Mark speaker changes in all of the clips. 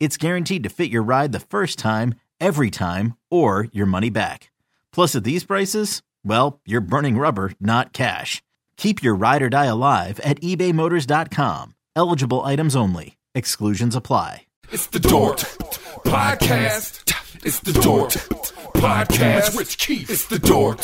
Speaker 1: it's guaranteed to fit your ride the first time, every time, or your money back. Plus, at these prices, well, you're burning rubber, not cash. Keep your ride or die alive at ebaymotors.com. Eligible items only. Exclusions apply.
Speaker 2: It's the Dort Podcast. It's the Dort Podcast. Rich Keith. It's the Dort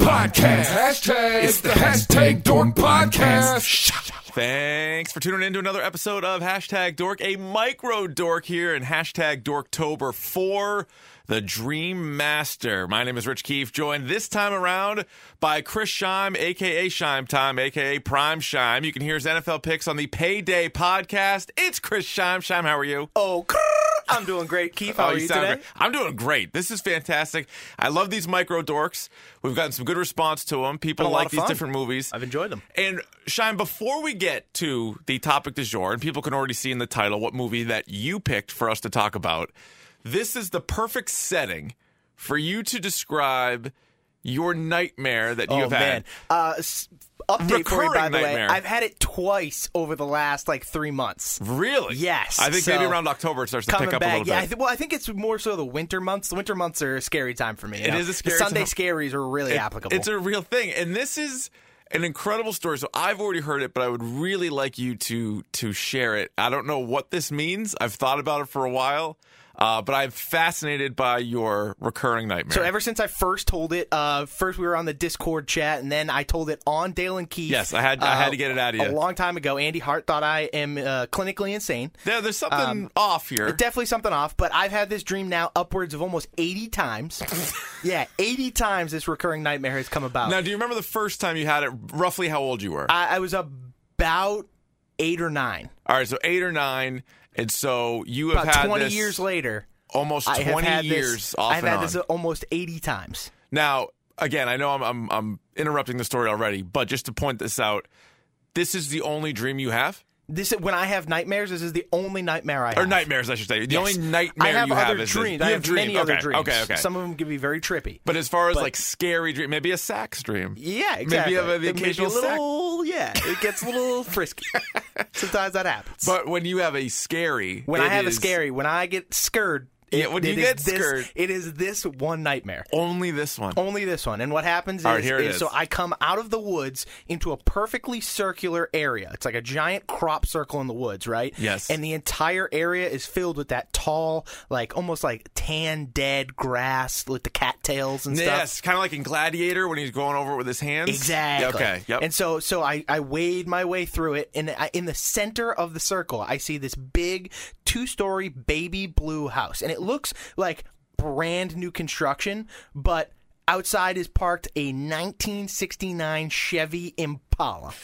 Speaker 2: Podcast. Hashtag. It's the hashtag Dort Podcast.
Speaker 3: Thanks for tuning in to another episode of Hashtag Dork, a micro dork here in Hashtag Dorktober for the Dream Master. My name is Rich Keefe, joined this time around by Chris Scheim, aka Scheim Time, aka Prime Scheim. You can hear his NFL picks on the Payday podcast. It's Chris Scheim. Scheim, how are you?
Speaker 4: Oh, I'm doing great, Keith. How
Speaker 3: Oh,
Speaker 4: are
Speaker 3: you
Speaker 4: you
Speaker 3: sound
Speaker 4: today?
Speaker 3: great. I'm doing great. This is fantastic. I love these micro dorks. We've gotten some good response to them. People
Speaker 4: Been a lot
Speaker 3: like
Speaker 4: of
Speaker 3: these
Speaker 4: fun.
Speaker 3: different movies.
Speaker 4: I've enjoyed them.
Speaker 3: And Shine, before we get to the topic du jour, and people can already see in the title what movie that you picked for us to talk about, this is the perfect setting for you to describe your nightmare that
Speaker 4: Oh
Speaker 3: you've had.
Speaker 4: man, uh, s- update for you
Speaker 3: Recurring
Speaker 4: by the
Speaker 3: nightmare.
Speaker 4: way. I've had it twice over the last like three months.
Speaker 3: Really?
Speaker 4: Yes,
Speaker 3: I think maybe
Speaker 4: so-
Speaker 3: around October it starts to
Speaker 4: Coming
Speaker 3: pick up
Speaker 4: back,
Speaker 3: a little
Speaker 4: yeah. I
Speaker 3: bit.
Speaker 4: th- well, I think it's more so the winter months. The winter months are a scary time for me. you
Speaker 3: It
Speaker 4: know?
Speaker 3: is a scary
Speaker 4: The Sunday
Speaker 3: time.
Speaker 4: scaries are really
Speaker 3: It-
Speaker 4: applicable.
Speaker 3: It's a real thing, and this is an incredible story. So I've already heard it, but I would really like you to to share it. I don't know what this means. I've thought about it for a while, uh, but I'm fascinated by your recurring nightmare.
Speaker 4: so ever since I first told it, uh, first we were on the Discord chat, and then I told it on Dale and Keith. uh,
Speaker 3: Yes, I had- I had to get it out of you.
Speaker 4: A long time ago, Andy Hart thought I am uh, clinically insane.
Speaker 3: there, there's something
Speaker 4: Um,
Speaker 3: off here.
Speaker 4: Definitely something off, but I've had this dream now upwards of almost 80 times. yeah, 80 times this recurring nightmare has come about.
Speaker 3: now, do you remember the first time you had it? Roughly how old you were?
Speaker 4: I, I was about eight or nine.
Speaker 3: All right, so eight or nine, and so you have
Speaker 4: About
Speaker 3: had
Speaker 4: 20
Speaker 3: this
Speaker 4: years later,
Speaker 3: almost
Speaker 4: I have
Speaker 3: twenty
Speaker 4: had
Speaker 3: years
Speaker 4: this.
Speaker 3: off
Speaker 4: I've
Speaker 3: and
Speaker 4: had
Speaker 3: on.
Speaker 4: this almost 80 times.
Speaker 3: Now, again, I know I'm, I'm I'm interrupting the story already, but just to point this out, this is the only dream you have,
Speaker 4: This when I have nightmares. This is the only nightmare I have.
Speaker 3: or nightmares, I should say. The
Speaker 4: Yes.
Speaker 3: only nightmare
Speaker 4: I have
Speaker 3: you
Speaker 4: other
Speaker 3: have is this.
Speaker 4: dreams.
Speaker 3: You
Speaker 4: I
Speaker 3: have
Speaker 4: have,
Speaker 3: dream.
Speaker 4: many other
Speaker 3: Okay,
Speaker 4: dreams.
Speaker 3: Okay, okay.
Speaker 4: Some of them can be very trippy.
Speaker 3: but as far as
Speaker 4: but-
Speaker 3: like scary dream, maybe a sax dream.
Speaker 4: yeah,
Speaker 3: Maybe
Speaker 4: exactly.
Speaker 3: you have a- the
Speaker 4: It may be
Speaker 3: occasional
Speaker 4: a
Speaker 3: sax-
Speaker 4: little, yeah, it gets a little frisky. Sometimes that happens.
Speaker 3: But when you have a scary,
Speaker 4: when I
Speaker 3: it
Speaker 4: have
Speaker 3: is
Speaker 4: a scary, when I get scared,
Speaker 3: Yeah, when
Speaker 4: it
Speaker 3: you
Speaker 4: is
Speaker 3: get
Speaker 4: this-
Speaker 3: scared-
Speaker 4: it is this one nightmare.
Speaker 3: only this one.
Speaker 4: Only this one. And what happens is,
Speaker 3: All right, here it is.
Speaker 4: so I come out of the woods into a perfectly circular area. It's like a giant crop circle in the woods, right?
Speaker 3: Yes.
Speaker 4: And the entire area is filled with that tall, like almost like tan dead grass with the cattails and stuff.
Speaker 3: Yes, kind of like in Gladiator when he's going over it with his hands.
Speaker 4: Exactly.
Speaker 3: Yeah, Okay. Yep.
Speaker 4: And so, so I, I wade my way through it, and I, in the center of the circle, I see this big two-story baby blue house, and it looks like brand new construction, but outside is parked a 1969 Chevy Impala.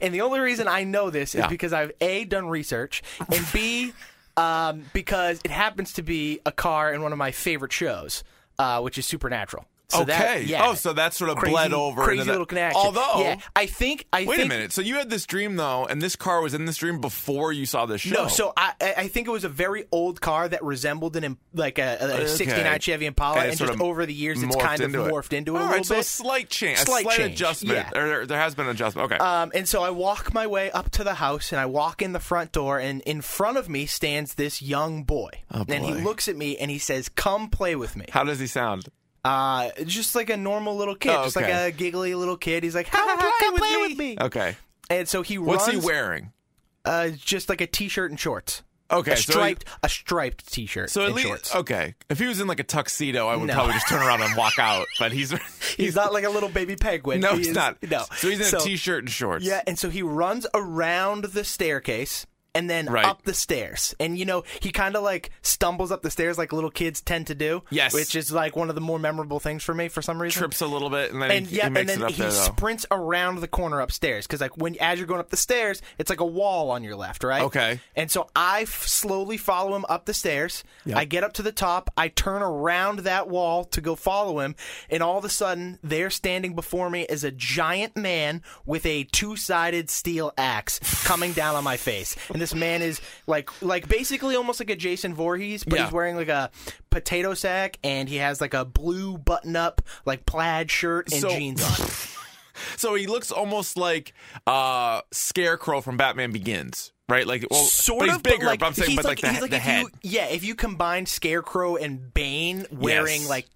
Speaker 4: and the only reason I know this is
Speaker 3: Yeah.
Speaker 4: because I've a done research and b um, because it happens to be a car in one of my favorite shows, uh, which is Supernatural. So
Speaker 3: okay.
Speaker 4: that- yeah.
Speaker 3: Oh, so that sort of
Speaker 4: Crazy-
Speaker 3: bled over
Speaker 4: Crazy
Speaker 3: into that.
Speaker 4: little connection.
Speaker 3: Although,
Speaker 4: yeah, I think I
Speaker 3: wait
Speaker 4: think,
Speaker 3: a minute. So you had this dream though, and this car was in this dream before you saw this show.
Speaker 4: No, so I I I think it was a very old car that resembled an Im- like a- a
Speaker 3: Okay.
Speaker 4: '69 Chevy Impala,
Speaker 3: And it
Speaker 4: uh, and,
Speaker 3: sort
Speaker 4: just
Speaker 3: of
Speaker 4: over the years it's
Speaker 3: morphed
Speaker 4: kind of
Speaker 3: into it.
Speaker 4: morphed into it
Speaker 3: All
Speaker 4: a
Speaker 3: right,
Speaker 4: little
Speaker 3: so
Speaker 4: bit.
Speaker 3: a slight change, a
Speaker 4: Slight
Speaker 3: slight
Speaker 4: change,
Speaker 3: adjustment.
Speaker 4: yeah.
Speaker 3: Or there, there has been an adjustment. Okay.
Speaker 4: Um, and so I walk my way up to the house and I walk in the front door, and in front of me stands this young boy. And he
Speaker 3: Oh, boy.
Speaker 4: looks at me and he says, Come play with me.
Speaker 3: How does he sound?
Speaker 4: Uh, just like a normal little kid,
Speaker 3: Oh,
Speaker 4: just
Speaker 3: okay.
Speaker 4: like a giggly little kid. He's like, Come,
Speaker 3: Come
Speaker 4: play,
Speaker 3: play
Speaker 4: with,
Speaker 3: with
Speaker 4: me.
Speaker 3: Okay.
Speaker 4: And so he
Speaker 3: What's
Speaker 4: runs.
Speaker 3: he wearing?
Speaker 4: Uh, just like a t shirt and shorts.
Speaker 3: Okay,
Speaker 4: a
Speaker 3: so-
Speaker 4: striped a striped t-shirt
Speaker 3: So at
Speaker 4: and
Speaker 3: least
Speaker 4: shorts.
Speaker 3: okay. If he was in like a tuxedo, I would
Speaker 4: No.
Speaker 3: probably just turn around and walk out. But he's
Speaker 4: He's not like a little baby penguin.
Speaker 3: no,
Speaker 4: He
Speaker 3: he's
Speaker 4: is-
Speaker 3: not.
Speaker 4: No.
Speaker 3: So he's in a t-shirt and shorts.
Speaker 4: Yeah, and so he runs around the staircase and then
Speaker 3: Right.
Speaker 4: up the stairs. And you know, he kind of like stumbles up the stairs like little kids tend to do.
Speaker 3: Yes.
Speaker 4: Which is like one of the more memorable things for me for some reason.
Speaker 3: trips a little bit and then
Speaker 4: and
Speaker 3: he,
Speaker 4: yeah,
Speaker 3: he
Speaker 4: and
Speaker 3: makes
Speaker 4: then
Speaker 3: it up
Speaker 4: he
Speaker 3: there. though.
Speaker 4: sprints around the corner upstairs because like when as you're going up the stairs, it's like a wall on your left, right?
Speaker 3: Okay.
Speaker 4: And so I f- slowly follow him up the stairs. I get up to the top. I turn around that wall to go follow him, and all of a sudden, there standing before me is a giant man with a two-sided steel axe coming down on my face. And this man is like, like basically almost like a Jason Voorhees, but
Speaker 3: Yeah.
Speaker 4: he's wearing like a potato sack, and he has like a blue button-up like plaid shirt and
Speaker 3: So-
Speaker 4: jeans on.
Speaker 3: so he looks almost like uh, Scarecrow from Batman Begins, right? Like well,
Speaker 4: sort
Speaker 3: but he's
Speaker 4: of
Speaker 3: bigger.
Speaker 4: but like,
Speaker 3: I'm saying,
Speaker 4: he's
Speaker 3: but like, the,
Speaker 4: he's
Speaker 3: the
Speaker 4: if
Speaker 3: head.
Speaker 4: You, yeah, if you combine Scarecrow and Bane wearing
Speaker 3: Yes.
Speaker 4: like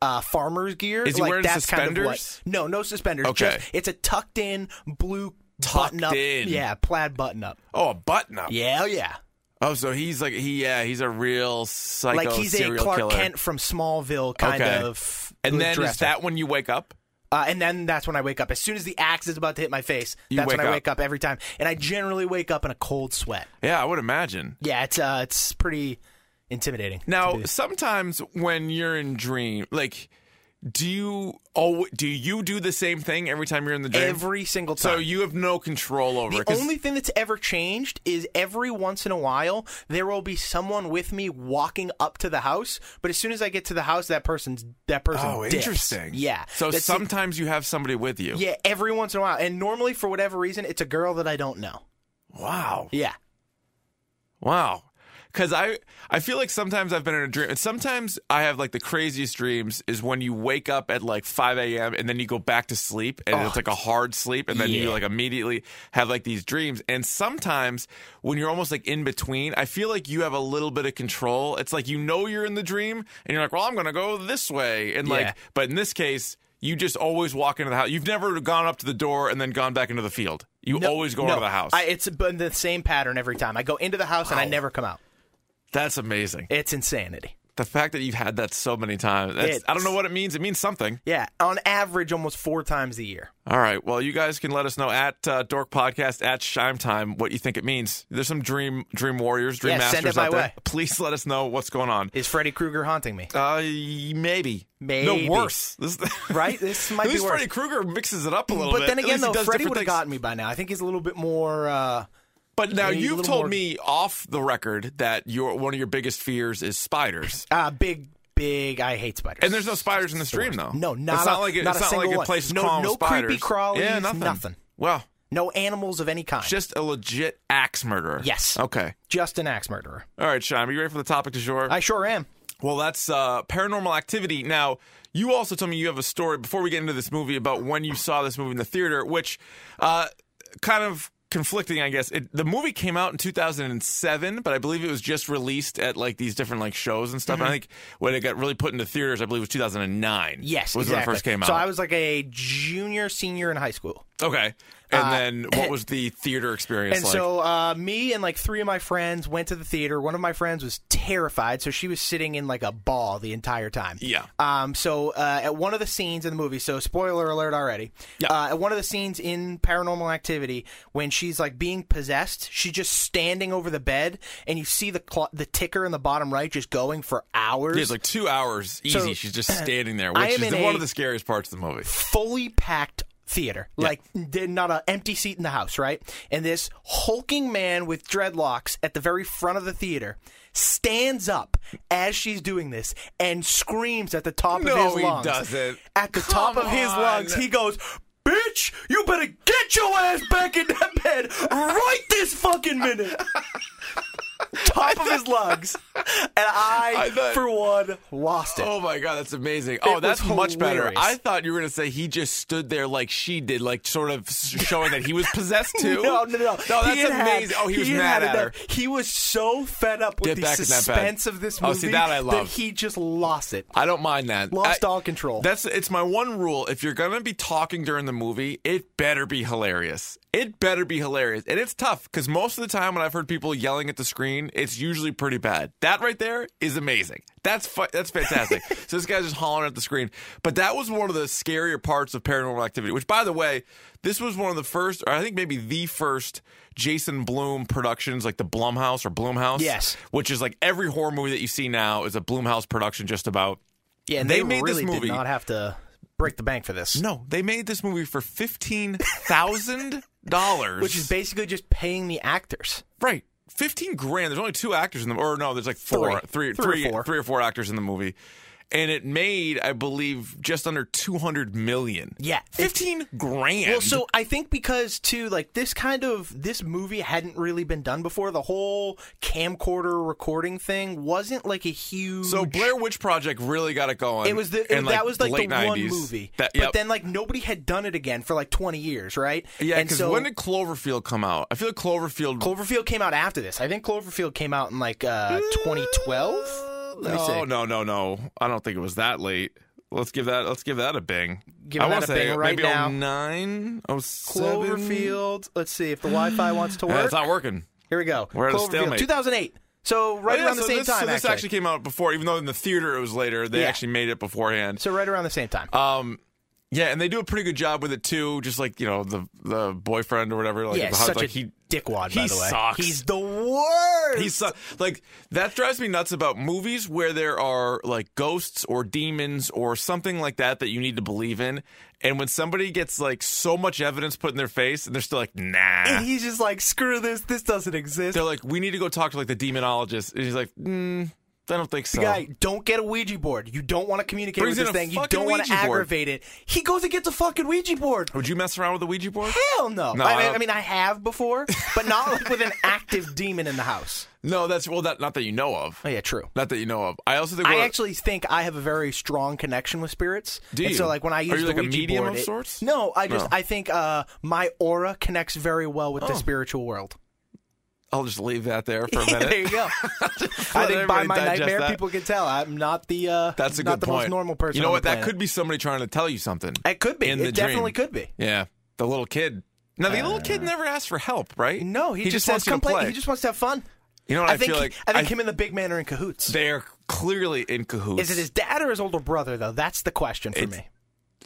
Speaker 4: uh, farmer's gear,
Speaker 3: Is he
Speaker 4: like
Speaker 3: wearing
Speaker 4: that's kind of
Speaker 3: suspenders?
Speaker 4: what. No, no suspenders.
Speaker 3: Okay.
Speaker 4: Just it's a tucked in blue
Speaker 3: Tucked
Speaker 4: button up.
Speaker 3: in.
Speaker 4: Yeah, plaid button up.
Speaker 3: oh, a button up.
Speaker 4: Yeah, oh yeah.
Speaker 3: Oh, so he's like he yeah, he's a real psycho
Speaker 4: like he's a
Speaker 3: serial
Speaker 4: Clark
Speaker 3: killer.
Speaker 4: Kent from Smallville kind
Speaker 3: Okay.
Speaker 4: of.
Speaker 3: and then is
Speaker 4: dresser.
Speaker 3: that when you wake up?
Speaker 4: Uh, and then that's when I wake up. As soon as the axe is about to hit my face,
Speaker 3: You
Speaker 4: that's when
Speaker 3: wake
Speaker 4: I
Speaker 3: up.
Speaker 4: wake up every time. And I generally wake up in a cold sweat.
Speaker 3: Yeah, I would imagine.
Speaker 4: Yeah, it's uh, it's pretty intimidating.
Speaker 3: Now, sometimes when you're in dream, like do you oh do you do the same thing every time you're in the dream?
Speaker 4: every single time.
Speaker 3: so you have no control over
Speaker 4: The
Speaker 3: it. 'cause-
Speaker 4: only thing that's ever changed is every once in a while there will be someone with me walking up to the house, but as soon as I get to the house, that person's that person.
Speaker 3: Oh,
Speaker 4: dips.
Speaker 3: interesting.
Speaker 4: Yeah.
Speaker 3: So
Speaker 4: That's the-
Speaker 3: sometimes you have somebody with you.
Speaker 4: yeah, every once in a while, and normally for whatever reason, it's a girl that I don't know.
Speaker 3: Wow.
Speaker 4: Yeah.
Speaker 3: Wow. Cause I I feel like sometimes I've been in a dream and sometimes I have like the craziest dreams is when you wake up at like five AM and then you go back to sleep and it's like a hard sleep and then you
Speaker 4: yeah.
Speaker 3: like immediately have like these dreams. And sometimes when you're almost like in between, I feel like you have a little bit of control. It's like you know you're in the dream and you're like, Well, I'm gonna go this way and
Speaker 4: Yeah.
Speaker 3: like but in this case you just always walk into the house. You've never gone up to the door and then gone back into the field. You always go
Speaker 4: no,
Speaker 3: into the house.
Speaker 4: I, it's been the same pattern every time. I go into the house and I never come out.
Speaker 3: That's amazing.
Speaker 4: It's insanity.
Speaker 3: The fact that you've had that so many times, that's, I don't know what it means. It means something.
Speaker 4: Yeah, on average, almost four times a year.
Speaker 3: All right. Well, you guys can let us know at uh, Dork Podcast at Shime Time what you think it means. There's some dream dream warriors, dream
Speaker 4: Yeah,
Speaker 3: masters
Speaker 4: send it
Speaker 3: out
Speaker 4: my
Speaker 3: there.
Speaker 4: way.
Speaker 3: Please let us know what's going on.
Speaker 4: Is Freddy Krueger haunting me?
Speaker 3: Uh, maybe,
Speaker 4: Maybe.
Speaker 3: no worse. This,
Speaker 4: Right? This might
Speaker 3: at
Speaker 4: be
Speaker 3: least
Speaker 4: worse.
Speaker 3: Freddy Krueger mixes it up a little
Speaker 4: but
Speaker 3: bit.
Speaker 4: then
Speaker 3: At
Speaker 4: again,
Speaker 3: least he
Speaker 4: though,
Speaker 3: does
Speaker 4: Freddy
Speaker 3: different
Speaker 4: would have
Speaker 3: things.
Speaker 4: gotten me by now. I think he's a little bit more. Uh,
Speaker 3: But now
Speaker 4: Maybe a
Speaker 3: you've
Speaker 4: little
Speaker 3: told
Speaker 4: more-
Speaker 3: me off the record that your one of your biggest fears is spiders.
Speaker 4: Uh, big, big. I hate spiders.
Speaker 3: And there's no spiders in the stream, though.
Speaker 4: No, not
Speaker 3: it's
Speaker 4: a-
Speaker 3: not like it,
Speaker 4: not
Speaker 3: it's
Speaker 4: a
Speaker 3: not like
Speaker 4: single
Speaker 3: your
Speaker 4: one.
Speaker 3: place is
Speaker 4: No-
Speaker 3: calling
Speaker 4: no
Speaker 3: spiders.
Speaker 4: creepy crawlies,
Speaker 3: Yeah, nothing.
Speaker 4: nothing.
Speaker 3: Well,
Speaker 4: no animals of any kind. Just,
Speaker 3: just a legit axe murderer.
Speaker 4: Yes.
Speaker 3: Okay.
Speaker 4: an axe murderer.
Speaker 3: All right, Sean. Are you ready for the topic du jour?
Speaker 4: I sure am.
Speaker 3: well, that's uh, paranormal activity. Now, you also told me you have a story before we get into this movie about when you saw this movie in the theater, which uh, kind of conflicting, I guess. It, the movie came out in 2007, but I believe it was just released at like these different like shows and
Speaker 4: Mm-hmm.
Speaker 3: stuff. And I think when it got really put into theaters, I believe it was 2009.
Speaker 4: Yes,
Speaker 3: was
Speaker 4: exactly.
Speaker 3: when it first came out.
Speaker 4: So I was like a junior, senior in high school.
Speaker 3: Okay. And then what was the theater experience
Speaker 4: Uh, eh, and
Speaker 3: like?
Speaker 4: so uh, me and like three of my friends went to the theater. One of my friends was terrified, so she was sitting in like a ball the entire time.
Speaker 3: Yeah.
Speaker 4: Um. So uh, at one of the scenes in the movie, so spoiler alert already.
Speaker 3: Yeah.
Speaker 4: Uh, at one of the scenes in Paranormal Activity, when she's like being possessed, she's just standing over the bed, and you see the cl- the ticker in the bottom right just going for hours.
Speaker 3: Yeah, it's like two hours easy.
Speaker 4: So-
Speaker 3: She's just standing there,
Speaker 4: I
Speaker 3: which
Speaker 4: am
Speaker 3: is
Speaker 4: in
Speaker 3: one
Speaker 4: a-
Speaker 3: of the scariest parts of the movie.
Speaker 4: fully packed theater. Like did not an empty seat in the house, right? And this hulking man with dreadlocks at the very front of the theater stands up as she's doing this and screams at the top
Speaker 3: No,
Speaker 4: of his
Speaker 3: he
Speaker 4: lungs.
Speaker 3: doesn't.
Speaker 4: At the top
Speaker 3: Come
Speaker 4: of his
Speaker 3: on.
Speaker 4: lungs, he goes, "Bitch, you better get your ass back in that bed right this fucking minute." top of his lungs. And I,
Speaker 3: I thought-
Speaker 4: for one, lost it.
Speaker 3: Oh my god, that's amazing! Oh,
Speaker 4: was
Speaker 3: that's much better.
Speaker 4: hilarious.
Speaker 3: I thought you were gonna say he just stood there like she did, like sort of s- showing that he was possessed too.
Speaker 4: No, no, no.
Speaker 3: no, that's
Speaker 4: He had had-
Speaker 3: amazing. oh, he was
Speaker 4: had
Speaker 3: mad
Speaker 4: had
Speaker 3: at her.
Speaker 4: enough. He was so fed up with
Speaker 3: Get back
Speaker 4: the
Speaker 3: in that bed.
Speaker 4: suspense of this
Speaker 3: Oh,
Speaker 4: movie
Speaker 3: see, that I love.
Speaker 4: he just lost it.
Speaker 3: I don't mind that.
Speaker 4: Lost
Speaker 3: I-
Speaker 4: all control.
Speaker 3: That's it's my one rule. If you're gonna be talking during the movie, it better be hilarious. It better be hilarious. And it's tough because most of the time when I've heard people yelling at the screen, it's usually pretty bad. That right there is amazing. That's fu- that's fantastic. so this guy's just hollering at the screen. But that was one of the scarier parts of Paranormal Activity, which by the way, this was one of the first or I think maybe the first Jason Bloom productions like the Blumhouse or Bloomhouse.
Speaker 4: Yes.
Speaker 3: Which is like every horror movie that you see now is a Bloomhouse production just about.
Speaker 4: Yeah, and
Speaker 3: They
Speaker 4: they,
Speaker 3: made this
Speaker 4: really
Speaker 3: movie.
Speaker 4: did not have to break the bank for this.
Speaker 3: No, they made this movie for fifteen thousand dollars,
Speaker 4: Which is basically just paying the actors.
Speaker 3: right. Fifteen grand. There's only two actors in the, or no, there's like four, three,
Speaker 4: Three.
Speaker 3: three,
Speaker 4: Three or
Speaker 3: three
Speaker 4: four.
Speaker 3: or four actors in the movie, and it made, I believe, just under two hundred million.
Speaker 4: Yeah,
Speaker 3: fifteen grand.
Speaker 4: Well, so I think because too, like this kind of this movie hadn't really been done before. The whole camcorder recording thing wasn't like a huge.
Speaker 3: So Blair Witch Project really got it going.
Speaker 4: It was the
Speaker 3: in,
Speaker 4: it- that was like
Speaker 3: late
Speaker 4: the
Speaker 3: 90s.
Speaker 4: one movie,
Speaker 3: That,
Speaker 4: but
Speaker 3: yep.
Speaker 4: then like nobody had done it again for like twenty years, right?
Speaker 3: yeah,
Speaker 4: And
Speaker 3: because
Speaker 4: so
Speaker 3: when did Cloverfield come out? I feel like Cloverfield.
Speaker 4: Cloverfield came out after this? I think Cloverfield came out in like uh, 2012. Let me
Speaker 3: no,
Speaker 4: see.
Speaker 3: no, no, no. I don't think it was that late. Let's give that. Let's give that a bing.
Speaker 4: Give
Speaker 3: I
Speaker 4: that
Speaker 3: wanna
Speaker 4: a
Speaker 3: say
Speaker 4: bing right
Speaker 3: maybe
Speaker 4: now.
Speaker 3: 09, 07?
Speaker 4: Cloverfield. Let's see if the Wi-Fi wants to
Speaker 3: Yeah,
Speaker 4: work.
Speaker 3: it's not working.
Speaker 4: Here we go.
Speaker 3: We're at a
Speaker 4: Cloverfield,
Speaker 3: stalemate.
Speaker 4: 2008. So right
Speaker 3: Oh, yeah,
Speaker 4: around
Speaker 3: so
Speaker 4: the same
Speaker 3: this,
Speaker 4: time.
Speaker 3: So this actually. came out before, even though in the theater it was later. They
Speaker 4: Yeah.
Speaker 3: actually made it beforehand.
Speaker 4: so right around the same time.
Speaker 3: Um, yeah, and they do a pretty good job with it too. Just like you know the the boyfriend or whatever. Like,
Speaker 4: yeah,
Speaker 3: the hus-
Speaker 4: such
Speaker 3: like
Speaker 4: a
Speaker 3: he
Speaker 4: dickwad.
Speaker 3: he
Speaker 4: by the way.
Speaker 3: sucks.
Speaker 4: He's the worst.
Speaker 3: He's so, like that drives me nuts about movies where there are like ghosts or demons or something like that that you need to believe in, and when somebody gets like so much evidence put in their face and they're still like,
Speaker 4: And
Speaker 3: nah.
Speaker 4: he's just like, screw this. This doesn't exist.
Speaker 3: They're like, we need to go talk to like the demonologist, and he's like, mm, I don't think so.
Speaker 4: Guy, don't get a Ouija board. You don't want to communicate
Speaker 3: Brings
Speaker 4: with this
Speaker 3: in a
Speaker 4: thing. You
Speaker 3: fucking
Speaker 4: don't want to
Speaker 3: Ouija board.
Speaker 4: aggravate it. He goes and gets a fucking Ouija board.
Speaker 3: Would you mess around with the Ouija board?
Speaker 4: Hell no.
Speaker 3: No, I
Speaker 4: I, mean,
Speaker 3: don't-
Speaker 4: I mean, I have before, but not like with an active demon in the house.
Speaker 3: No, that's well, that not that you know of.
Speaker 4: Oh yeah, true.
Speaker 3: Not that you know of. I also think
Speaker 4: I
Speaker 3: one of-
Speaker 4: actually think I have a very strong connection with spirits.
Speaker 3: Do
Speaker 4: And
Speaker 3: you?
Speaker 4: so like when I
Speaker 3: Are
Speaker 4: use
Speaker 3: you,
Speaker 4: the
Speaker 3: like, a
Speaker 4: Ouija
Speaker 3: medium
Speaker 4: board,
Speaker 3: of
Speaker 4: it-
Speaker 3: sorts?
Speaker 4: No, I just
Speaker 3: No.
Speaker 4: I think uh, my aura connects very well with the spiritual world.
Speaker 3: I'll just leave that there for a minute.
Speaker 4: there you go.
Speaker 3: Just
Speaker 4: I
Speaker 3: let
Speaker 4: think by
Speaker 3: everybody
Speaker 4: my
Speaker 3: digest
Speaker 4: nightmare,
Speaker 3: that.
Speaker 4: people can tell I'm not the uh,
Speaker 3: That's a
Speaker 4: not
Speaker 3: good
Speaker 4: the
Speaker 3: point.
Speaker 4: most normal person.
Speaker 3: You know
Speaker 4: on
Speaker 3: what?
Speaker 4: the
Speaker 3: That
Speaker 4: planet.
Speaker 3: could be somebody trying to tell you something.
Speaker 4: It could be.
Speaker 3: in the
Speaker 4: it definitely
Speaker 3: dream.
Speaker 4: could be.
Speaker 3: Yeah, the little kid. Now the little kid never asks for help, right?
Speaker 4: Uh. No, he, just,
Speaker 3: wants
Speaker 4: says,
Speaker 3: you to
Speaker 4: "Come
Speaker 3: play.
Speaker 4: He just wants to have fun.
Speaker 3: you know what? I,
Speaker 4: I, think
Speaker 3: feel
Speaker 4: he-
Speaker 3: like
Speaker 4: I think him and the big man are in cahoots.
Speaker 3: they're clearly in cahoots.
Speaker 4: Is it his dad or his older brother though? That's the question for
Speaker 3: It's-
Speaker 4: me.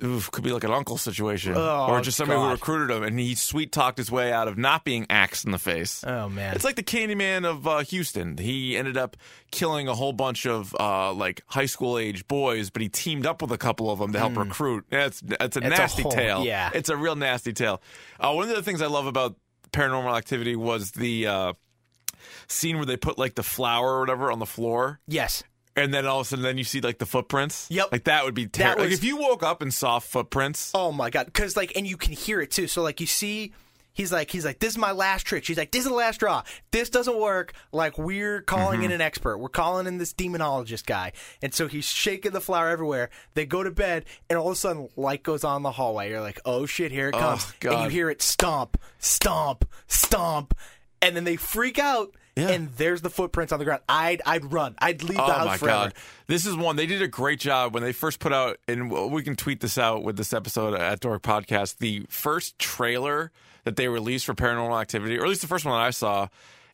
Speaker 3: Oof, could be like an uncle situation,
Speaker 4: Oh,
Speaker 3: or just somebody who
Speaker 4: God.
Speaker 3: recruited him and he sweet talked his way out of not being axed in the face.
Speaker 4: Oh man.
Speaker 3: It's like the Candyman of uh, Houston. He ended up killing a whole bunch of uh, like high school age boys, but he teamed up with a couple of them to help recruit. That's that's a
Speaker 4: Hmm. It's a
Speaker 3: nasty
Speaker 4: whole-
Speaker 3: tale.
Speaker 4: yeah.
Speaker 3: it's a real nasty tale. Uh, one of the things I love about Paranormal Activity was the uh, scene where they put like the flour or whatever on the floor.
Speaker 4: yes.
Speaker 3: And then all of a sudden, then you see like the footprints.
Speaker 4: Yep.
Speaker 3: like that would be terrible. Like
Speaker 4: was-
Speaker 3: if you woke up and saw footprints,
Speaker 4: Oh my god, because like, and you can hear it too. So like, you see, he's like, he's like, this is my last trick. She's like, this is the last draw. This doesn't work. Like, we're calling in an expert. We're calling in this demonologist guy. And so he's shaking the flower everywhere. They go to bed, and all of a sudden, light goes on in the hallway. You're like, oh shit, here it comes. And you
Speaker 3: God.
Speaker 4: hear it stomp, stomp, stomp, and then they freak out. And there's the footprints on the ground. I'd I'd run. I'd leave the
Speaker 3: Oh
Speaker 4: house
Speaker 3: my
Speaker 4: forever.
Speaker 3: god, this is one they did a great job when they first put out, and w- we can tweet this out with this episode at Dork Podcast. The first trailer that they released for Paranormal Activity, or at least the first one that I saw,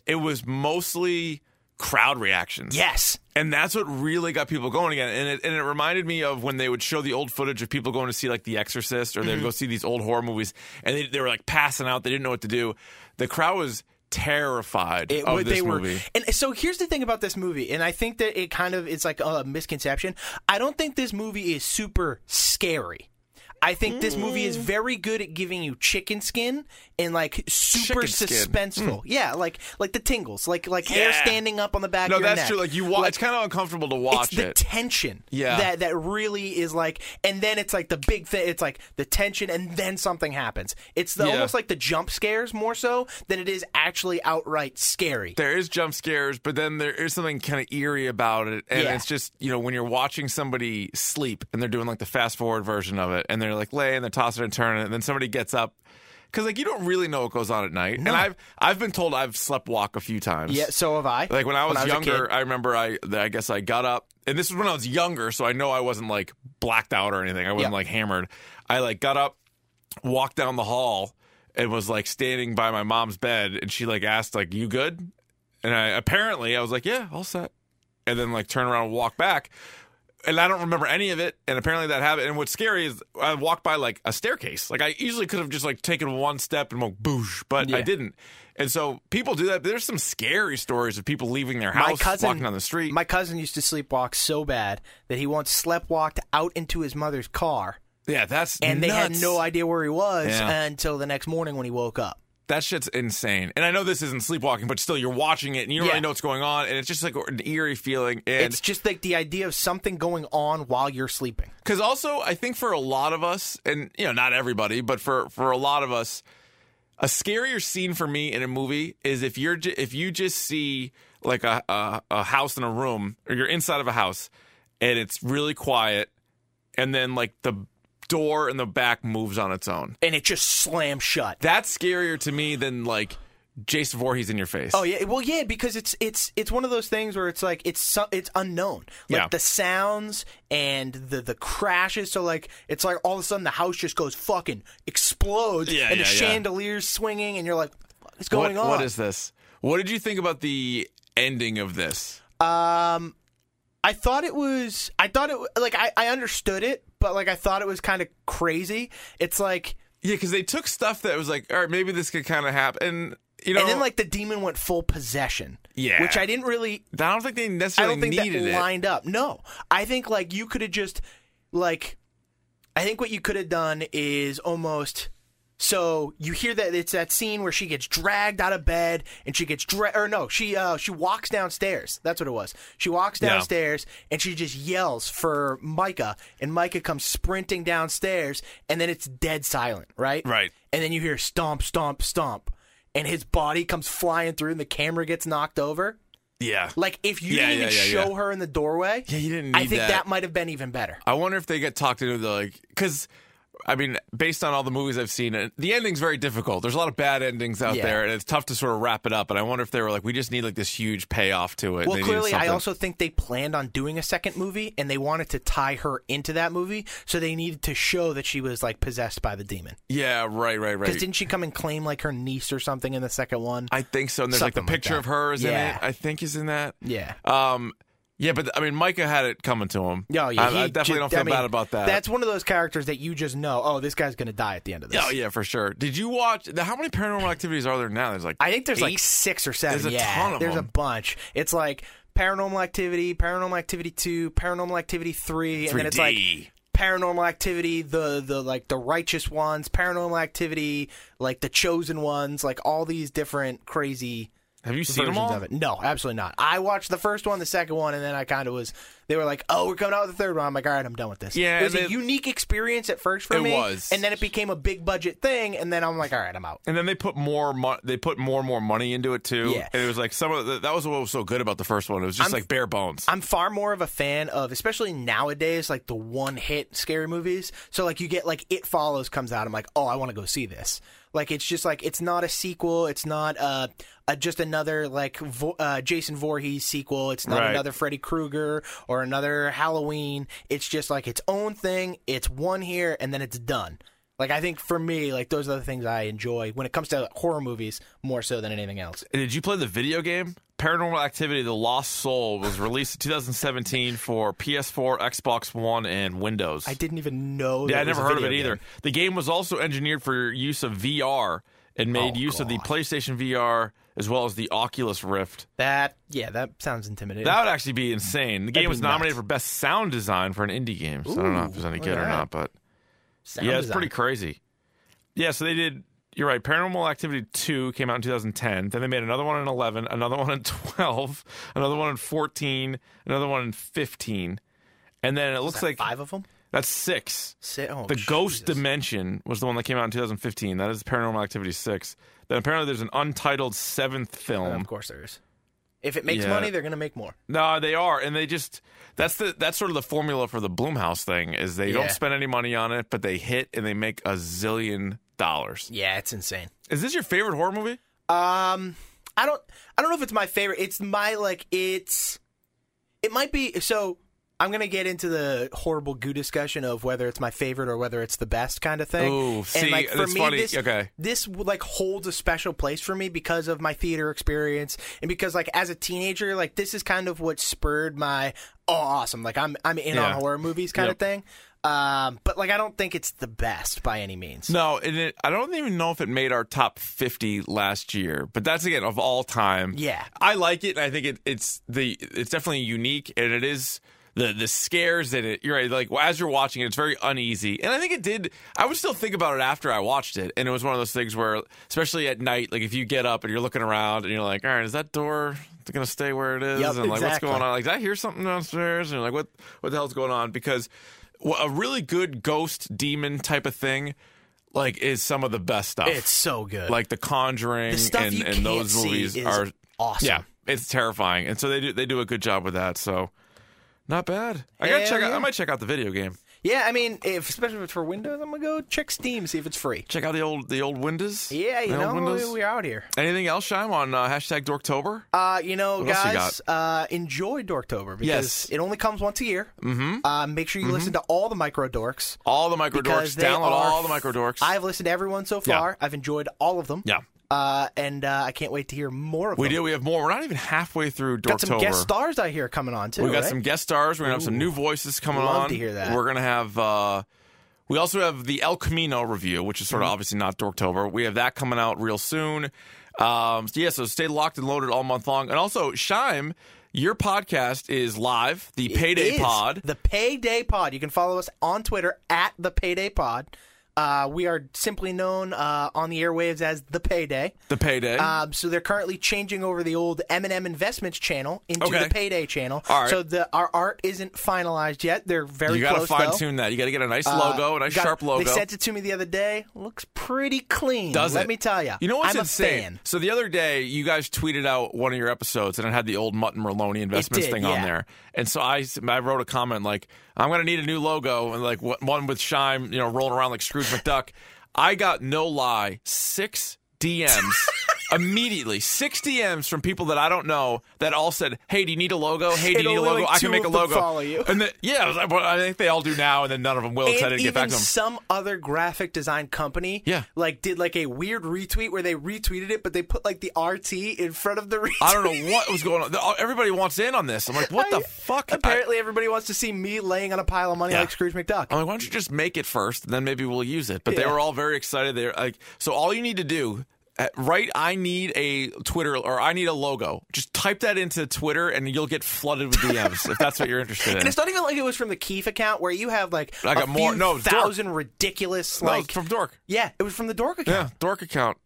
Speaker 3: it was mostly crowd reactions.
Speaker 4: Yes.
Speaker 3: And that's what really got people going again. And it, and it reminded me of when they would show the old footage of people going to see like The Exorcist or
Speaker 4: Mm-hmm.
Speaker 3: they'd go see these old horror movies and they, they were like passing out. They didn't know what to do. The crowd was terrified
Speaker 4: It,
Speaker 3: of
Speaker 4: would-
Speaker 3: this
Speaker 4: they
Speaker 3: movie.
Speaker 4: were, and so here's the thing about this movie, and I think that it kind of it's like a misconception. I don't think this movie is super scary. I think this movie is very good at giving you chicken skin and like super
Speaker 3: Chicken skin. Hmm.
Speaker 4: suspenseful. Yeah, like like the tingles, like like hair
Speaker 3: Yeah.
Speaker 4: standing up on the back.
Speaker 3: No,
Speaker 4: of your
Speaker 3: that's
Speaker 4: neck.
Speaker 3: true. Like you watch, it's kind of uncomfortable to
Speaker 4: It's
Speaker 3: watch
Speaker 4: the
Speaker 3: it.
Speaker 4: tension
Speaker 3: Yeah.
Speaker 4: that that really is like, and then it's like the big thing. It's like the tension, and then something happens. It's the,
Speaker 3: Yeah.
Speaker 4: almost like the jump scares more so than it is actually outright scary.
Speaker 3: there is jump scares, but then there is something kind of eerie about it, and
Speaker 4: Yeah.
Speaker 3: it's just you know when you're watching somebody sleep and they're doing like the fast forward version of it, and they're like laying, they're tossing and turning, and then somebody gets up because like you don't really know what goes on at night. And I've I've been told I've slept walk a few times.
Speaker 4: Yeah, so have I.
Speaker 3: Like when I was,
Speaker 4: a
Speaker 3: younger,
Speaker 4: kid.
Speaker 3: I remember I that I guess I got up, and this was when I was younger, so I know I wasn't like blacked out or anything. I wasn't
Speaker 4: Yeah.
Speaker 3: like hammered. I like got up, walked down the hall, and was like standing by my mom's bed, and she like asked like, "You good?" And I apparently I was like, "Yeah, all set," and then like turn around and walk back. And I don't remember any of it. And apparently that happened. And what's scary is I walked by like a staircase. Like I easily could have just like taken one step and went boosh, but I
Speaker 4: Yeah.
Speaker 3: didn't. And so people do that. There's some scary stories of people leaving their house, walking on the street.
Speaker 4: My cousin used to sleepwalk so bad that he once sleptwalked out into his mother's car,
Speaker 3: yeah, that's
Speaker 4: and they had
Speaker 3: nuts.
Speaker 4: no idea where he was
Speaker 3: Yeah.
Speaker 4: until the next morning when he woke up.
Speaker 3: That shit's insane. And I know this isn't sleepwalking, but still, you're watching it and you don't
Speaker 4: Yeah.
Speaker 3: really know what's going on. And it's just like an eerie feeling. And
Speaker 4: it's just like the idea of something going on while you're sleeping.
Speaker 3: because also, I think for a lot of us, and you know, not everybody, but for for a lot of us, a scarier scene for me in a movie is if you're ju- if you just see like a, a a house in a room or you're inside of a house and it's really quiet, and then like the door in the back moves on its own.
Speaker 4: And it just slams shut.
Speaker 3: That's scarier to me than like Jason Voorhees in your face.
Speaker 4: Oh yeah, well yeah, because it's it's it's one of those things where it's like it's so- it's unknown, like
Speaker 3: Yeah.
Speaker 4: the sounds and the the crashes. So like it's like all of a sudden the house just goes fucking explodes,
Speaker 3: Yeah,
Speaker 4: and
Speaker 3: yeah,
Speaker 4: the
Speaker 3: yeah.
Speaker 4: chandeliers swinging, and you're like, what's going
Speaker 3: what,
Speaker 4: on?
Speaker 3: What is this? What did you think about the ending of this?
Speaker 4: Um, I thought it was. I thought it w- like I, I understood it, but like I thought it was kind of crazy. It's like,
Speaker 3: Yeah, because they took stuff that was like, all right, maybe this could kind of happen. You know,
Speaker 4: and then like the demon went full possession.
Speaker 3: Yeah.
Speaker 4: which I didn't really.
Speaker 3: I don't think they
Speaker 4: I
Speaker 3: necessarily
Speaker 4: don't think
Speaker 3: needed
Speaker 4: that
Speaker 3: it.
Speaker 4: lined up. No, I think like you could have just like. I think what you could have done is almost. So you hear that it's that scene where she gets dragged out of bed and she gets dra- or no she uh she walks downstairs that's what it was she walks
Speaker 3: Yeah.
Speaker 4: downstairs and she just yells for Micah and Micah comes sprinting downstairs and then it's dead silent right
Speaker 3: Right.
Speaker 4: and then you hear stomp stomp stomp and his body comes flying through and the camera gets knocked over
Speaker 3: Yeah,
Speaker 4: like if you
Speaker 3: Yeah,
Speaker 4: didn't
Speaker 3: yeah,
Speaker 4: even
Speaker 3: yeah,
Speaker 4: show
Speaker 3: yeah.
Speaker 4: her in the doorway,
Speaker 3: Yeah, you didn't
Speaker 4: I
Speaker 3: need
Speaker 4: think
Speaker 3: that.
Speaker 4: that, might have been even better.
Speaker 3: I wonder if they get talked into the like because. I mean, based on all the movies I've seen, uh, the ending's very difficult. There's a lot of bad endings out
Speaker 4: Yeah.
Speaker 3: there, and it's tough to sort of wrap it up. And I wonder if they were like, we just need like this huge payoff to it.
Speaker 4: Well,
Speaker 3: They needed
Speaker 4: clearly, I
Speaker 3: something.
Speaker 4: also think they planned on doing a second movie, and they wanted to tie her into that movie, so they needed to show that she was like possessed by the demon.
Speaker 3: yeah, right, right, right.
Speaker 4: Because didn't she come and claim like her niece or something in the second one?
Speaker 3: I think so. And there's like the
Speaker 4: Something like
Speaker 3: picture
Speaker 4: that.
Speaker 3: of her is in
Speaker 4: Yeah.
Speaker 3: it. I think is in that.
Speaker 4: yeah.
Speaker 3: Um, yeah, but I mean, Micah had it coming to him.
Speaker 4: Oh, yeah.
Speaker 3: I,
Speaker 4: he
Speaker 3: I definitely
Speaker 4: ju-
Speaker 3: don't feel
Speaker 4: I mean,
Speaker 3: bad about that.
Speaker 4: That's one of those characters that you just know. Oh, this guy's gonna die at the end of this.
Speaker 3: oh yeah, for sure. Did you watch? How many paranormal activities are there now? There's like
Speaker 4: I think there's like
Speaker 3: eight?
Speaker 4: six or seven.
Speaker 3: There's a
Speaker 4: yeah,
Speaker 3: ton of
Speaker 4: there's
Speaker 3: them.
Speaker 4: a bunch. It's like Paranormal Activity, Paranormal Activity Two, Paranormal Activity Three, and then it's like
Speaker 3: 3D.
Speaker 4: Paranormal Activity, the the like the Righteous Ones, Paranormal Activity, like the Chosen Ones, like all these different crazy
Speaker 3: Have you seen them
Speaker 4: versions
Speaker 3: all?
Speaker 4: of it. No, absolutely not. I watched the first one, the second one, and then I kind of was. They were like, "Oh, we're coming out with the third one." I'm like, "All right, I'm done with this."
Speaker 3: Yeah,
Speaker 4: it was
Speaker 3: and
Speaker 4: a
Speaker 3: then-
Speaker 4: unique experience at first for
Speaker 3: It
Speaker 4: me,
Speaker 3: was.
Speaker 4: and then it became a big budget thing, and then I'm like, "All right, I'm out."
Speaker 3: And then they put more, mo- they put more and more money into it too.
Speaker 4: Yeah.
Speaker 3: And it was like some of the, that was what was so good about the first one. It was just
Speaker 4: I'm-
Speaker 3: like bare bones.
Speaker 4: I'm far more of a fan of, especially nowadays, like the one hit scary movies. So, like, you get like It Follows comes out. I'm like, oh, I want to go see this. Like, it's just like, it's not a sequel. It's not uh, a, just another like vo- uh, Jason Voorhees sequel. It's not
Speaker 3: Right.
Speaker 4: another Freddy Krueger or another Halloween. It's just like its own thing. It's one here and then it's done. Like, I think for me, like, those are the things I enjoy when it comes to horror movies more so than anything else.
Speaker 3: And did you play the video game? Paranormal Activity: The Lost Soul was released in 2017 for PS4, Xbox One, and Windows.
Speaker 4: I didn't even know.
Speaker 3: Yeah,
Speaker 4: that
Speaker 3: I
Speaker 4: it was
Speaker 3: never
Speaker 4: a
Speaker 3: heard of it
Speaker 4: video game.
Speaker 3: either. The game was also engineered for use of VR and made
Speaker 4: Oh,
Speaker 3: use of the
Speaker 4: God.
Speaker 3: PlayStation VR as well as the Oculus Rift.
Speaker 4: That yeah, that sounds intimidating.
Speaker 3: That would actually be insane. The game
Speaker 4: be
Speaker 3: was nominated
Speaker 4: nuts.
Speaker 3: for best sound design for an indie game. So I don't know if
Speaker 4: Ooh,
Speaker 3: it was any
Speaker 4: look
Speaker 3: good
Speaker 4: at
Speaker 3: or
Speaker 4: that.
Speaker 3: not, but
Speaker 4: Sound
Speaker 3: yeah, it's
Speaker 4: design.
Speaker 3: pretty crazy. Yeah, so they did. You're right. Paranormal Activity 2 came out in 2010. Then they made another one in 11, another one in 12, another one in 14, another one in 15. And then it looks like
Speaker 4: five of them.
Speaker 3: that's six.
Speaker 4: Sit oh,
Speaker 3: The Ghost
Speaker 4: Jesus.
Speaker 3: Dimension was the one that came out in 2015. That is Paranormal Activity 6. Then apparently there's an untitled seventh film.
Speaker 4: Oh, Of course, there is. If it makes
Speaker 3: Yeah.
Speaker 4: money, they're gonna make more.
Speaker 3: No, they are, and they just that's the that's sort of the formula for the Bloomhouse thing is they
Speaker 4: Yeah.
Speaker 3: don't spend any money on it, but they hit and they make a zillion dollars.
Speaker 4: Yeah, it's insane.
Speaker 3: Is this your favorite horror movie?
Speaker 4: Um, I don't, I don't know if it's my favorite. It's my like, it's, it might be. So I'm gonna get into the horrible goo discussion of whether it's my favorite or whether it's the best kind of thing.
Speaker 3: Ooh, see,
Speaker 4: and like for
Speaker 3: that's
Speaker 4: me,
Speaker 3: funny.
Speaker 4: this
Speaker 3: Okay.
Speaker 4: this like holds a special place for me because of my theater experience and because like as a teenager, like this is kind of what spurred my oh awesome, like I'm I'm in
Speaker 3: Yeah.
Speaker 4: on horror movies kind
Speaker 3: Yep.
Speaker 4: of thing. Um, but like I don't think it's the best by any means.
Speaker 3: No, and it, I don't even know if it made our top 50 last year, but that's again of all time.
Speaker 4: Yeah.
Speaker 3: I like it. And I think it, it's the it's definitely unique, and it is the the scares in it. You're right. Like well, as you're watching it, it's very uneasy, and I think it did. I would still think about it after I watched it, and it was one of those things where, especially at night, like if you get up and you're looking around and you're like, all right, is that door gonna stay where it is?
Speaker 4: Yep,
Speaker 3: and like what's
Speaker 4: exactly.
Speaker 3: going on? on. Like, did I hear something downstairs? And like, what what the hell's going on? Because wh- a really good ghost demon type of thing, like, is some of the best stuff.
Speaker 4: It's so good.
Speaker 3: like The Conjuring
Speaker 4: The stuff
Speaker 3: and,
Speaker 4: you
Speaker 3: and
Speaker 4: can't
Speaker 3: those
Speaker 4: see
Speaker 3: movies
Speaker 4: is
Speaker 3: are
Speaker 4: awesome.
Speaker 3: Yeah, it's terrifying, and so they do they do a good job with that. So. Not bad. I gotta
Speaker 4: Hell
Speaker 3: check out.
Speaker 4: yeah.
Speaker 3: I might check out the video game.
Speaker 4: yeah, I mean, if, especially if it's for Windows, I'm gonna go check Steam see if it's free.
Speaker 3: Check out the old the old Windows.
Speaker 4: Yeah, you
Speaker 3: The
Speaker 4: know,
Speaker 3: old Windows.
Speaker 4: we- we're out here.
Speaker 3: Anything else, Shime, on uh, hashtag Dorktober?
Speaker 4: Uh, you know,
Speaker 3: What else you
Speaker 4: guys, uh, enjoy Dorktober because
Speaker 3: Yes.
Speaker 4: it only comes once a year. Mm-hmm. Uh, make sure you listen to all the micro dorks.
Speaker 3: all the micro
Speaker 4: Because
Speaker 3: dorks.
Speaker 4: they
Speaker 3: Download
Speaker 4: are-
Speaker 3: all the micro dorks.
Speaker 4: I've listened to everyone so far. I've enjoyed all of them.
Speaker 3: Yeah.
Speaker 4: Uh, and uh, I can't wait to hear more of
Speaker 3: we
Speaker 4: them.
Speaker 3: do. We have more. We're not even halfway through Dorktober.
Speaker 4: Got some guest stars I hear coming on too.
Speaker 3: We got
Speaker 4: right?
Speaker 3: some guest stars. We're gonna have some new voices coming
Speaker 4: Love
Speaker 3: on.
Speaker 4: to hear that.
Speaker 3: We're gonna have. Uh, we also have the El Camino review, which is sort
Speaker 4: Mm-hmm.
Speaker 3: of obviously not Dorktober. We have that coming out real soon. Um, so yeah, so stay locked and loaded all month long. And also, Shime, your podcast is live. The Payday
Speaker 4: is
Speaker 3: Pod.
Speaker 4: The Payday Pod. You can follow us on Twitter at the Payday Pod. Uh, we are simply known uh, on the airwaves as the Payday.
Speaker 3: the Payday.
Speaker 4: Um, so they're currently changing over the old M&M Investments channel into
Speaker 3: Okay.
Speaker 4: the Payday channel.
Speaker 3: All right.
Speaker 4: So the our art isn't finalized yet. They're very
Speaker 3: you gotta
Speaker 4: close
Speaker 3: fine
Speaker 4: though.
Speaker 3: tune that. You gotta get a nice
Speaker 4: Uh,
Speaker 3: logo, a nice
Speaker 4: got-
Speaker 3: sharp logo.
Speaker 4: They sent it to me the other day. Looks pretty clean.
Speaker 3: Does
Speaker 4: Let
Speaker 3: it?
Speaker 4: me tell you.
Speaker 3: You know what's
Speaker 4: I'm
Speaker 3: insane?
Speaker 4: a fan.
Speaker 3: So the other day, you guys tweeted out one of your episodes, and it had the old Mutton Merloni investments
Speaker 4: did,
Speaker 3: thing on
Speaker 4: yeah.
Speaker 3: there. And so I, s- I wrote a comment like, "I'm going to need a new logo," and like wh- one with Shime, you know, rolling around like Scrooge McDuck. I got no lie, six DMs. Immediately, six DMs from people that I don't know that all said, "Hey, do you need a logo? Hey, do
Speaker 4: And
Speaker 3: you need a
Speaker 4: only,
Speaker 3: logo?
Speaker 4: like,
Speaker 3: I can
Speaker 4: two
Speaker 3: make a
Speaker 4: of them
Speaker 3: logo."
Speaker 4: follow you.
Speaker 3: And the, yeah, I, was like, well, I think they all do now, and then none of them will. 'cause I
Speaker 4: and
Speaker 3: didn't
Speaker 4: even
Speaker 3: get back to them.
Speaker 4: some other graphic design company,
Speaker 3: Yeah.
Speaker 4: like did like a weird retweet where they retweeted it, but they put like the RT in front of the retweet.
Speaker 3: I don't know what was going on. The- oh, Everybody wants in on this. I'm like, what the fuck? I-
Speaker 4: Apparently, everybody wants to see me laying on a pile of money
Speaker 3: Yeah. Um,
Speaker 4: like Scrooge McDuck.
Speaker 3: I'm like, why don't you just make it first, and then maybe we'll use it. But they
Speaker 4: Yeah.
Speaker 3: were all very excited. They're like, so all you need to do, uh, right? I need a Twitter or I need a logo. Just type that into Twitter, and you'll get flooded with DMs if that's what you're interested in.
Speaker 4: And it's not even like it was from the Keefe account where you have like
Speaker 3: I got
Speaker 4: a
Speaker 3: more-
Speaker 4: few
Speaker 3: no, it's Dork.
Speaker 4: thousand ridiculous
Speaker 3: No, it's
Speaker 4: like
Speaker 3: from Dork.
Speaker 4: yeah, it was from the Dork account.
Speaker 3: Yeah, Dork account.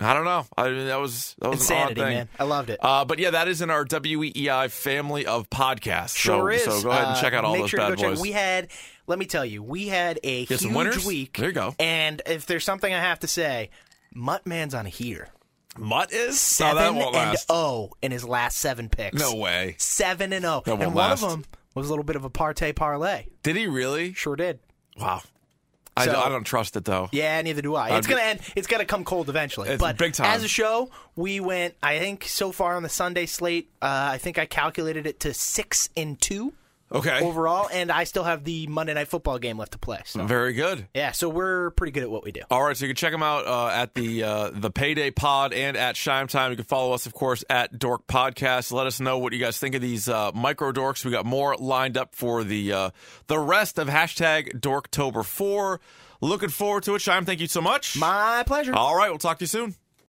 Speaker 3: I don't know. I mean, that was that was
Speaker 4: Insanity,
Speaker 3: an odd thing.
Speaker 4: man. I loved it.
Speaker 3: Uh, but yeah, that is in our WEEI family of podcasts. so,
Speaker 4: Sure is.
Speaker 3: So go ahead and
Speaker 4: Uh,
Speaker 3: check out all
Speaker 4: make
Speaker 3: those
Speaker 4: sure to
Speaker 3: bad
Speaker 4: go check-
Speaker 3: boys.
Speaker 4: We had, let me tell you, we had a
Speaker 3: Get
Speaker 4: huge
Speaker 3: some winners?
Speaker 4: week.
Speaker 3: There you go.
Speaker 4: And if there's something I have to say, Muttman's on here.
Speaker 3: Mutt is
Speaker 4: Seven
Speaker 3: no, that won't
Speaker 4: and
Speaker 3: last.
Speaker 4: oh in his last seven picks.
Speaker 3: No way.
Speaker 4: Seven and oh,
Speaker 3: That
Speaker 4: and
Speaker 3: won't
Speaker 4: one of
Speaker 3: last.
Speaker 4: them was a little bit of a partay parlay.
Speaker 3: Did he really?
Speaker 4: Sure did.
Speaker 3: Wow. I,
Speaker 4: So-
Speaker 3: don't- I don't trust it though.
Speaker 4: Yeah, neither do I.
Speaker 3: I'd
Speaker 4: It's
Speaker 3: be-
Speaker 4: gonna end. It's gonna come cold eventually.
Speaker 3: It's
Speaker 4: but
Speaker 3: big time.
Speaker 4: as a show, we went. I think so far on the Sunday slate, uh, I think I calculated it to six and two
Speaker 3: Okay.
Speaker 4: overall, and I still have the Monday night football game left to play. So
Speaker 3: Very good.
Speaker 4: yeah, so we're pretty good at what we do.
Speaker 3: All right, so you can check them out uh, at the uh, the Payday Pod and at Shime Time. You can follow us, of course, at Dork Podcast. Let us know what you guys think of these uh, micro dorks. We got more lined up for the uh, the rest of hashtag Dorktober Four. Looking forward to it, Shime. Thank you so much.
Speaker 4: My pleasure.
Speaker 3: All right, we'll talk to you soon.